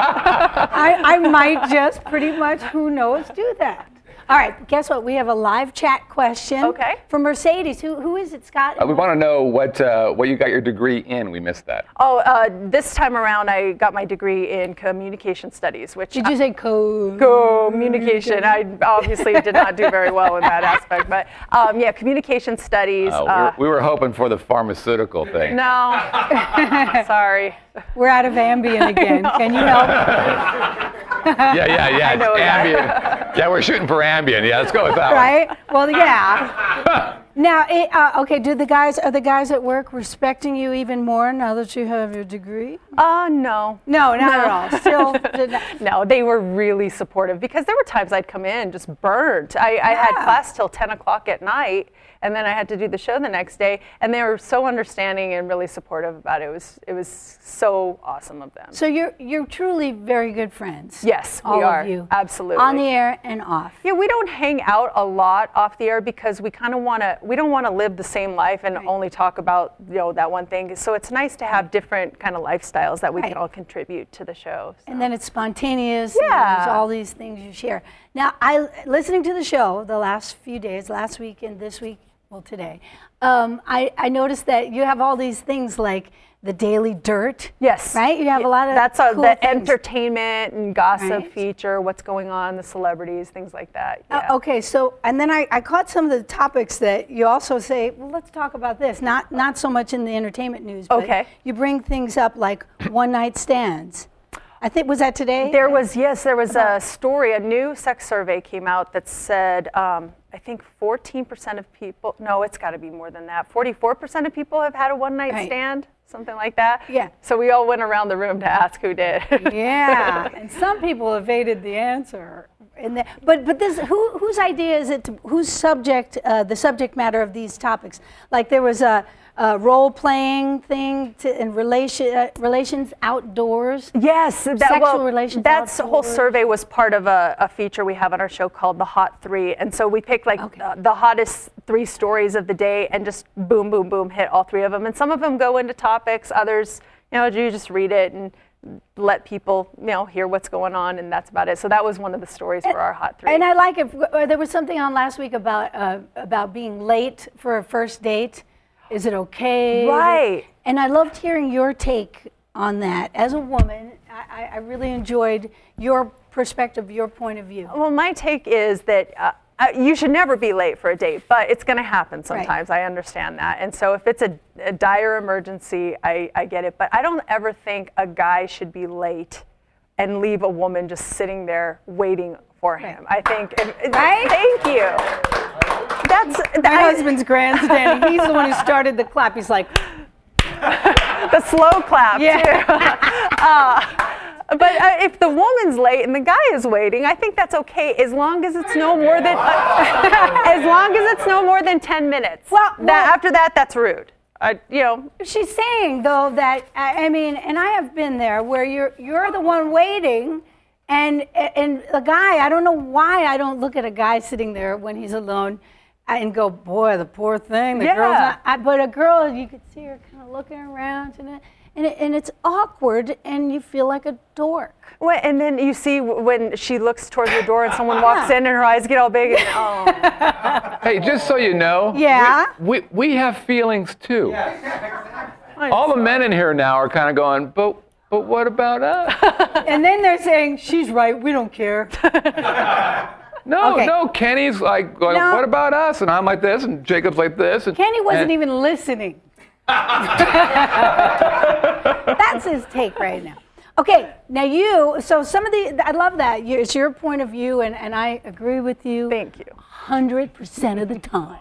Speaker 2: I, I might just pretty much, who knows, do that. All right, guess what? We have a live chat question.
Speaker 7: Okay.
Speaker 2: From Mercedes. Who, who is it, Scott?
Speaker 4: Uh, we want to know what uh, what you got your degree in. We missed that.
Speaker 7: oh, uh, this time around, I got my degree in communication studies, which
Speaker 2: Did you say co?
Speaker 7: communication. I obviously did not do very well in that aspect, but um, yeah, communication studies.
Speaker 4: Uh, we,
Speaker 7: uh,
Speaker 4: were, we were hoping for the pharmaceutical thing.
Speaker 7: no, <laughs> sorry.
Speaker 2: We're out of
Speaker 7: <laughs>
Speaker 2: Ambien again. Can you help? <laughs>
Speaker 4: Yeah, yeah, yeah. it's
Speaker 7: know that.
Speaker 4: Ambien. yeah, we're shooting for Ambien. Yeah, let's go with that
Speaker 2: Right? Well, yeah.
Speaker 7: <laughs>
Speaker 2: Now, it, uh, okay. Do the guys are the guys at work respecting you even more now that you have your degree?
Speaker 7: Uh, no.
Speaker 2: No, not at all.
Speaker 7: <laughs>
Speaker 2: Still, did not.
Speaker 7: No, they were really supportive because there were times I'd come in just burnt. I, I had
Speaker 2: Yeah.
Speaker 7: class till 10 o'clock at night, and then I had to do the show the next day. And they were so understanding and really supportive about it. It was, it was so awesome of them.
Speaker 2: So you're you're truly very good friends.
Speaker 7: Yes, we
Speaker 2: all
Speaker 7: are.
Speaker 2: of you,
Speaker 7: Absolutely.
Speaker 2: on the air and off.
Speaker 7: yeah, we don't hang out a lot off the air because we kind of want to. We don't want to live the same life and only talk about you know that one thing. So it's nice to have different kind of lifestyles that we
Speaker 2: Right.
Speaker 7: can all contribute to the show. so.
Speaker 2: And then it's spontaneous. and there's
Speaker 7: Yeah.
Speaker 2: all these things you share. Now, I listening to the show the last few days, last week and this week, well, today, um, I, I noticed that you have all these things like the daily dirt.
Speaker 7: Yes.
Speaker 2: Right? You have a lot of
Speaker 7: That's uh,
Speaker 2: cool
Speaker 7: the
Speaker 2: things.
Speaker 7: entertainment and gossip
Speaker 2: Right.
Speaker 7: feature, what's going on, the celebrities, things like that.
Speaker 2: Uh,
Speaker 7: yeah.
Speaker 2: okay, so and then I, I caught some of the topics that you also say. Well, let's talk about this. Not not so much in the entertainment news. But
Speaker 7: Okay.
Speaker 2: You bring things up like one night stands. I think was that today.
Speaker 7: There was, yes, there was a story, a new sex survey came out that said, um, I think 14% of people, no, it's got to be more than that. 44% of people have had a one night
Speaker 2: Right.
Speaker 7: stand, something like that.
Speaker 2: Yeah.
Speaker 7: So we all went around the room to ask who did.
Speaker 2: <laughs>
Speaker 7: <laughs>
Speaker 2: Yeah, and some people evaded the answer. And the, but but this who whose idea is it? To, whose subject uh, the subject matter of these topics? Like there was a, a role playing thing to, in relation uh, relations outdoors.
Speaker 7: Yes, that,
Speaker 2: Sexual
Speaker 7: well,
Speaker 2: relations
Speaker 7: That
Speaker 2: outdoors.
Speaker 7: whole survey was part of a, a feature we have on our show called the Hot Three, and so we picked like
Speaker 2: Okay.
Speaker 7: the, the hottest three stories of the day, and just boom, boom, boom, hit all three of them. And some of them go into topics, others, you know, you just read it and let people, you know, hear what's going on, and that's about it. So that was one of the stories for our Hot Three.
Speaker 2: And I like it. uh, There was something on last week about uh, about being late for a first date. Is it okay?
Speaker 7: Right.
Speaker 2: And I loved hearing your take on that. As a woman, I, I- I
Speaker 7: Oh,
Speaker 2: really enjoyed your perspective, your point of view.
Speaker 7: Well, my take is that uh, uh, you should never be late for a date, but it's going to happen sometimes. I understand that. And so if it's a, a dire emergency, I, I get it. But I don't ever think a guy should be late and leave a woman just sitting there waiting for him. I think, if,
Speaker 2: Right?
Speaker 7: thank you. That's,
Speaker 2: My
Speaker 7: that is
Speaker 2: husband's grandstanding. He's the one who started the clap. He's like,
Speaker 7: the slow clap.
Speaker 2: yeah.
Speaker 7: But uh, if the woman's late and the guy is waiting, I think that's okay as long as it's no more than <laughs> as long as it's no more than 10 minutes.
Speaker 2: Well,
Speaker 7: That-
Speaker 2: well-
Speaker 7: after that, that's rude. I, you know,
Speaker 2: She's saying though that I I mean, and I have been there where you're you're the one waiting, and and a guy. I don't know why I don't look at a guy sitting there when he's alone, and go, boy, the poor thing. The girl's
Speaker 7: Yeah.
Speaker 2: not. I, but a girl, you could see her kind of looking around, and it, and it, and it's awkward, and you feel like a dork.
Speaker 7: Well, and then you see w- when she looks towards the door and someone walks <laughs> in and her eyes get all big. And, oh,
Speaker 4: Hey, just so you know,
Speaker 2: Yeah.
Speaker 4: we, we, we have feelings too. All the men in here now are kind of going, but, but what about us?
Speaker 2: And then they're saying she's right. We don't care.
Speaker 4: No,
Speaker 2: Okay.
Speaker 4: no, Kenny's like, going,
Speaker 2: No.
Speaker 4: what about us? And I'm like this, and Jacob's like this. And,
Speaker 2: Kenny wasn't
Speaker 4: and-
Speaker 7: Uh,
Speaker 2: even
Speaker 7: <laughs>
Speaker 2: listening. That's his take right now. Okay, now you, so some of the, I love that. You- It's your point of view, and, and I agree with you
Speaker 7: thank you.
Speaker 2: 100% of the time.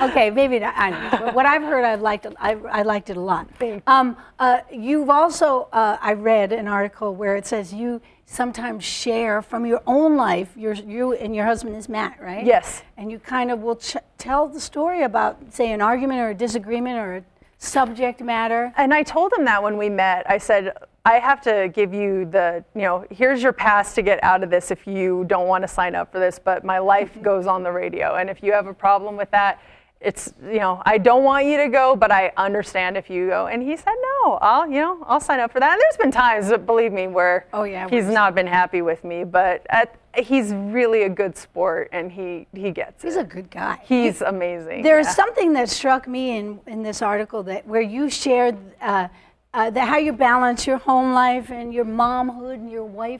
Speaker 2: Okay, maybe not. I don't know. But what I've heard, I've liked it, I, I liked it a lot. Um, uh, you've also, uh, I read an article where it says you sometimes share from your own life, your, you and your husband is Matt, right?
Speaker 7: Yes.
Speaker 2: And you kind of will ch- tell the story about, say, an argument or a disagreement or a subject matter.
Speaker 7: And I told him that when we met. I said, I have to give you the, you know, here's your pass to get out of this if you don't want to sign up for this, but
Speaker 2: <laughs>
Speaker 7: my life goes on the radio. And if you have a problem with that, it's, you know, I don't want you to go, but I understand if you go. And he said, no, I'll, you know, I'll sign up for that. And there's been times, believe me, where
Speaker 2: Oh, yeah,
Speaker 7: he's
Speaker 2: we're-
Speaker 7: not been happy with me, but at, he's really a good sport and he, he gets
Speaker 2: He's
Speaker 7: it.
Speaker 2: a good guy.
Speaker 7: He's amazing.
Speaker 2: There's
Speaker 7: <laughs> yeah.
Speaker 2: something that struck me in, in this article that where you shared uh, uh, the, how you balance your home life and your momhood and your wifehood.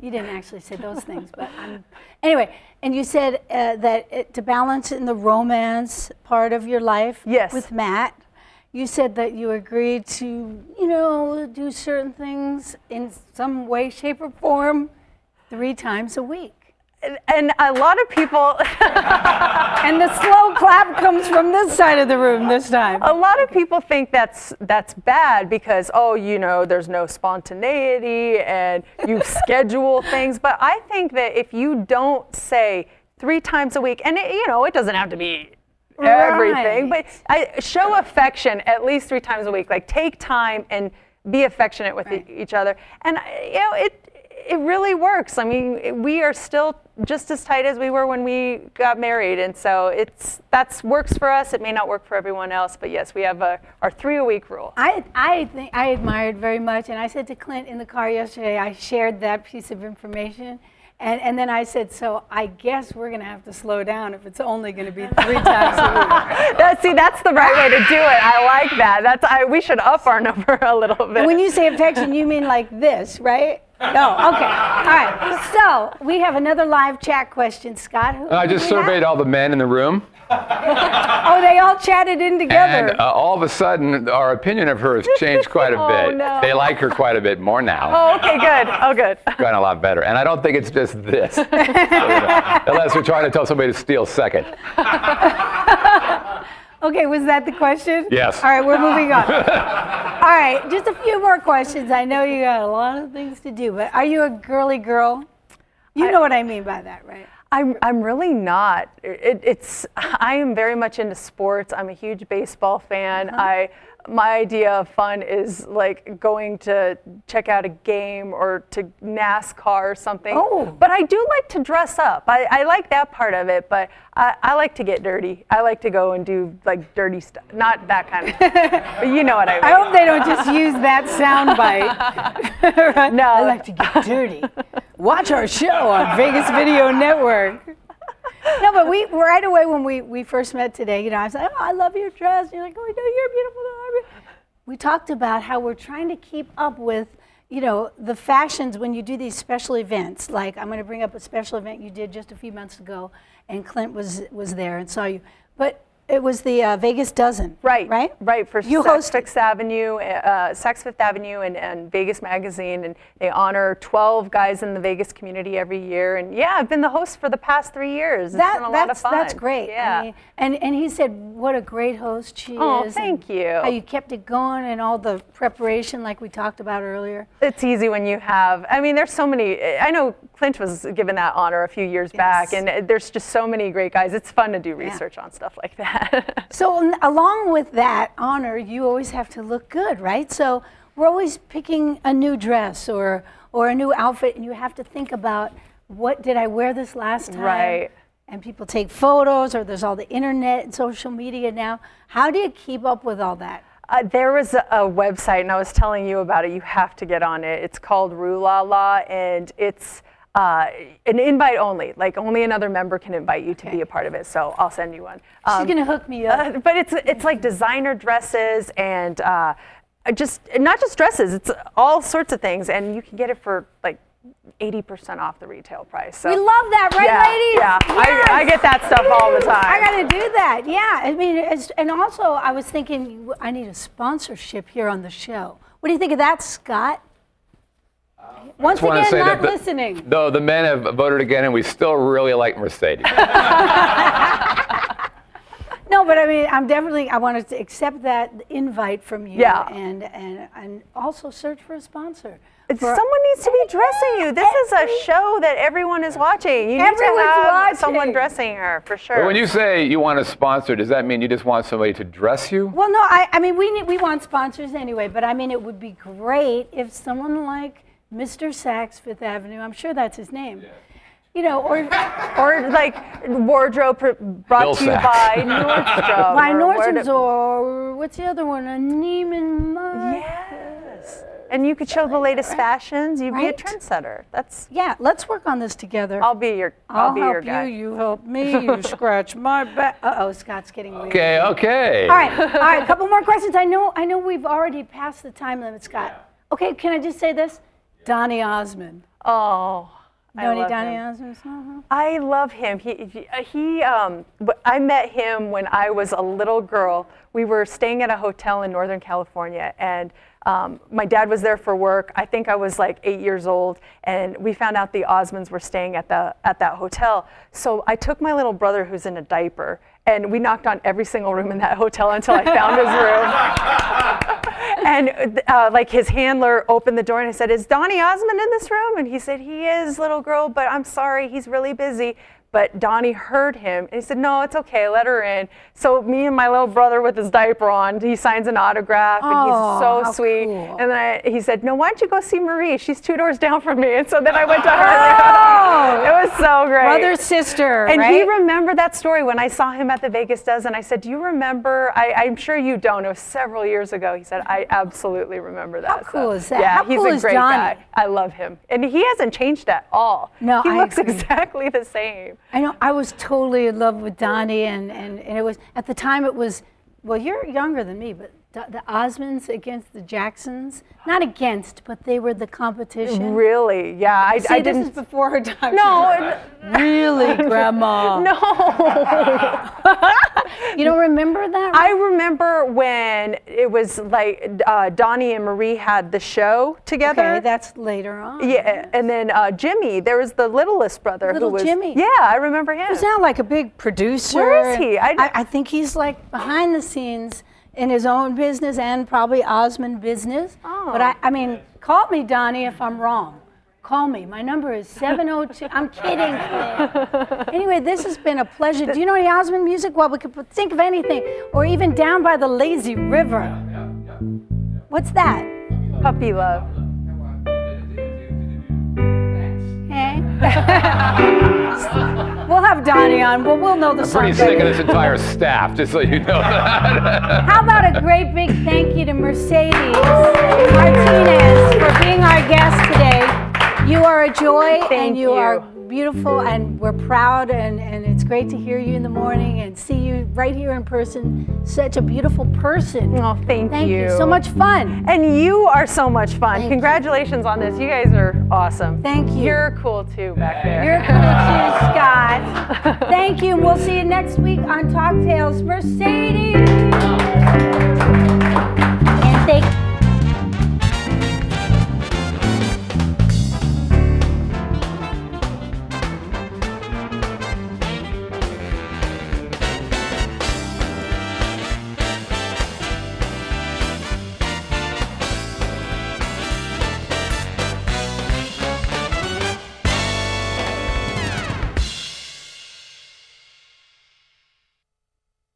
Speaker 2: You didn't actually say
Speaker 7: <laughs>
Speaker 2: those things, but um, anyway. And you said uh, that it, to balance in the romance part of your life
Speaker 7: Yes.
Speaker 2: with Matt, you said that you agreed to, you know, do certain things in some way, shape, or form three times a week.
Speaker 7: and a lot of people. <laughs>
Speaker 2: And the slow clap comes from this side of the room this time.
Speaker 7: a lot of people think that's that's bad because oh you know there's no spontaneity and you schedule things but i think that if you don't say three times a week and it, you know it doesn't have to be everything but I, show affection at least three times a week like take time and be affectionate with e- each other and I- you know it it really works i mean it- we are still just as tight as we were when we got married and so it's that's works for us it may not work for everyone else but yes we have a, our three a week rule <laughs>
Speaker 2: I, I think I admired very much, and I said to Clint in the car yesterday, I shared that piece of information, and, and then I said, so I guess we're going to have to slow down if it's only going to be three times a week.
Speaker 7: that, see that's the right way to do it i like that that's I, we should up our <laughs> number a little bit
Speaker 2: And when you say affection, you mean like this, right? No, okay, all right. So we have another live chat question, Scott. Who,
Speaker 4: I
Speaker 2: who
Speaker 4: just
Speaker 2: do we have?
Speaker 4: surveyed all the men in the room.
Speaker 2: Oh, they all chatted in together.
Speaker 4: And uh, all of a sudden, our opinion of her has changed quite a
Speaker 2: <laughs>
Speaker 7: Oh,
Speaker 4: bit.
Speaker 7: no.
Speaker 4: They like her quite a bit more now.
Speaker 7: oh okay good oh good
Speaker 4: Gotten a lot better. And I don't think it's just
Speaker 2: <laughs>
Speaker 4: this. Unless we're trying to tell somebody to steal second.
Speaker 2: Okay, was that the question?
Speaker 4: Yes.
Speaker 2: All right, we're moving on. All right, just a few more questions. I know you got a lot of things to do, but are you a girly girl? You know what I mean by that, right?
Speaker 7: I'm, I'm really not. It, it's I am very much into sports. I'm a huge baseball fan.
Speaker 2: Uh-huh.
Speaker 7: I my idea of fun is like going to check out a game or to NASCAR or something.
Speaker 2: Oh.
Speaker 7: But I do like to dress up. I, I like that part of it, but I, I like to get dirty. I like to go and do like dirty stuff. Not that kind of
Speaker 2: <laughs>
Speaker 7: but you know what I mean.
Speaker 2: I hope they don't just use that sound bite. Right?
Speaker 7: <laughs> No.
Speaker 2: I like to get dirty. Watch our show on Vegas Video Network. No, but we right away when we, we first met today, you know, I was like, oh, I love your dress. And you're like, oh, I know you're beautiful. I love you." We talked about how we're trying to keep up with, you know, the fashions when you do these special events, like I'm going to bring up a special event you did just a few months ago, and Clint was was there and saw you, but it was the uh, Vegas Dozen,
Speaker 7: Right,
Speaker 2: Right,
Speaker 7: right. For
Speaker 2: you
Speaker 7: Saks
Speaker 2: host
Speaker 7: Fifth Avenue, uh, Saks Fifth Avenue, and, and Vegas Magazine, and they honor 12 guys in the Vegas community every year. And yeah, I've been the host for the past three years. It's
Speaker 2: that.
Speaker 7: been a lot of
Speaker 2: that's
Speaker 7: fun.
Speaker 2: that's great. I
Speaker 7: Yeah.
Speaker 2: mean, and and he said, what a great host she
Speaker 7: Oh,
Speaker 2: is. and
Speaker 7: thank you.
Speaker 2: How you kept it going and all the preparation, like we talked about earlier.
Speaker 7: it's easy when you have i mean there's so many i know clint was given that honor a few years back
Speaker 2: Yes.
Speaker 7: and there's just so many great guys it's fun to do research on stuff like that <laughs>
Speaker 2: So n- along with that honor, you always have to look good, right? So we're always picking a new dress or or a new outfit, and you have to think about what did I wear this last time?
Speaker 7: Right.
Speaker 2: And people take photos, or there's all the internet and social media now. How do you keep up with all that?
Speaker 7: Uh, there was a, a website, and I was telling you about it. You have to get on it. It's called Rue La La, and it's uh, an invite only. Like only another member can invite you to be a part of it. So I'll send you one. Um,
Speaker 2: gonna hook me up.
Speaker 7: uh, but it's it's like designer dresses and uh, just not just dresses. It's all sorts of things, and you can get it for like. 80% off the retail price. So
Speaker 2: We love that, right,
Speaker 7: yeah,
Speaker 2: ladies?
Speaker 7: Yeah, I, I
Speaker 2: Yes.
Speaker 7: get that stuff all the
Speaker 2: Woo!
Speaker 7: time.
Speaker 2: I gotta do that. Yeah, I mean, it's, and also I was thinking you- I need a sponsorship here on the show. What do you think of that, Scott? Once
Speaker 4: Uh, Just wanna
Speaker 2: again,
Speaker 4: say
Speaker 2: not
Speaker 4: that the-
Speaker 2: listening.
Speaker 4: No, the men have voted again, and we still really like Mercedes.
Speaker 2: No, but I mean, I'm definitely, I wanted to accept that invite from you.
Speaker 7: Yeah.
Speaker 2: And, and, and also search for a sponsor.
Speaker 7: It's-
Speaker 2: for-
Speaker 7: someone needs to be dressing you. This is a
Speaker 2: Every-
Speaker 7: show that everyone is watching. You need
Speaker 2: Everyone's
Speaker 7: to have
Speaker 2: watching.
Speaker 7: someone dressing her for sure.
Speaker 4: But when you say you want a sponsor, does that mean you just want somebody to dress you?
Speaker 2: Well, no, I, I mean, we, need, we want sponsors anyway, but I mean, it would be great if someone like Mr. Saks, Fifth Avenue, I'm sure that's his name, you know, or
Speaker 7: or like wardrobe pr- brought
Speaker 4: Bill
Speaker 7: to you
Speaker 4: Saks.
Speaker 7: by Nordstrom.
Speaker 2: by
Speaker 7: or where
Speaker 2: Norton's
Speaker 7: to-
Speaker 2: or what's the other one? A Neiman Marcus.
Speaker 7: Yes. And you could show the latest fashions. You'd
Speaker 2: Right?
Speaker 7: be a trendsetter. That's.
Speaker 2: Yeah, let's work on this together.
Speaker 7: I'll be your. I'll,
Speaker 2: I'll
Speaker 7: be
Speaker 2: help
Speaker 7: your guy.
Speaker 2: you, you help me,
Speaker 7: <laughs>
Speaker 2: you scratch my back. Uh oh, Scott's getting weird.
Speaker 4: Okay, okay.
Speaker 2: All right, all right. A couple more questions. I know, I know, we've already passed the time limit, Scott. Okay, can I just say this? Donny Osmond.
Speaker 7: Oh. I
Speaker 2: Know any
Speaker 7: love
Speaker 2: Donny
Speaker 7: him.
Speaker 2: Osmond songs?
Speaker 7: I love him. He he- uh, he um w- I met him when I was a little girl. We were staying at a hotel in Northern California and um, my dad was there for work. I think I was like 8 years old and we found out the Osmonds were staying at the at that hotel. So I took my little brother who's in a diaper and we knocked on every single room in that hotel until I found his room. And uh, like his handler opened the door and I said, Is Donnie Osmond in this room? And he said, He is, little girl, but I'm sorry, he's really busy. But Donnie heard him and he said, No, it's okay, let her in. So me and my little brother with his diaper on, he signs an autograph and
Speaker 2: Oh,
Speaker 7: he's
Speaker 2: how
Speaker 7: so sweet.
Speaker 2: cool.
Speaker 7: And then I, he said, No, why don't you go see Marie? She's two doors down from me. And so then I went to her room. <laughs> It was so great.
Speaker 2: Oh! Brother, sister,
Speaker 7: And
Speaker 2: right?
Speaker 7: he remembered that story when I saw him at the Vegas Dozen. I said, "Do you remember?" I, I'm sure you don't. It was several years ago. He said, "I absolutely remember that." So,
Speaker 2: cool is that?
Speaker 7: Yeah,
Speaker 2: How
Speaker 7: he's
Speaker 2: cool
Speaker 7: a
Speaker 2: is
Speaker 7: great
Speaker 2: Johnny?
Speaker 7: guy. I love him, and he hasn't changed at all.
Speaker 2: No,
Speaker 7: he
Speaker 2: I
Speaker 7: looks
Speaker 2: agree.
Speaker 7: exactly the same.
Speaker 2: I know. I was totally in love with Donny, and, and, and it was at the time it was. Well, you're younger than me, but the, the Osmonds against the Jacksons. Not against, but they were the competition.
Speaker 7: Really? Yeah, I,
Speaker 2: See,
Speaker 7: I
Speaker 2: this
Speaker 7: didn't. <laughs>
Speaker 2: is before her time. <laughs>
Speaker 7: no, it-
Speaker 2: really,
Speaker 7: <laughs>
Speaker 2: Grandma.
Speaker 7: no.
Speaker 2: You don't remember that?
Speaker 7: I remember when it was like uh, Donnie and Marie had the show together.
Speaker 2: okay, that's later on.
Speaker 7: Yeah, and then uh, Jimmy. There was the littlest brother
Speaker 2: Little
Speaker 7: who was.
Speaker 2: Jimmy.
Speaker 7: Yeah, I remember him.
Speaker 2: He's now like a big producer.
Speaker 7: Where is he?
Speaker 2: I,
Speaker 7: I-
Speaker 2: I, think he's like behind the scenes in his own business and probably Osmond business.
Speaker 7: Oh.
Speaker 2: But I, I mean, call me, Donnie, if I'm wrong. Call me. My number is 702. I'm
Speaker 7: <laughs>
Speaker 2: kidding. Clint. anyway, this has been a pleasure. Do you know any Osmond music? Well, we could put- think of anything. Or even Down by the Lazy River. What's that?
Speaker 7: Puppy love.
Speaker 2: Eh? <laughs> we'll have Donnie on, but we'll know the song.
Speaker 4: Pretty sick
Speaker 2: better.
Speaker 4: of this entire staff, just so you know that. <laughs>
Speaker 2: How about a great big thank you to Mercedes Martinez for being our guest today. You are a joy
Speaker 7: Thank
Speaker 2: and you,
Speaker 7: you.
Speaker 2: are beautiful and we're proud and, and it's great to hear you in the morning and see you right here in person. Such a beautiful person.
Speaker 7: Oh, thank,
Speaker 2: Thank
Speaker 7: you.
Speaker 2: you. So much fun.
Speaker 7: And you are so much fun.
Speaker 2: you.
Speaker 7: Congratulations on this. You guys are awesome.
Speaker 2: Thank you.
Speaker 7: You're cool too back there. <laughs>
Speaker 2: You're cool too, Scott. Thank you. and We'll see you next week on Talk Tales. Mercedes.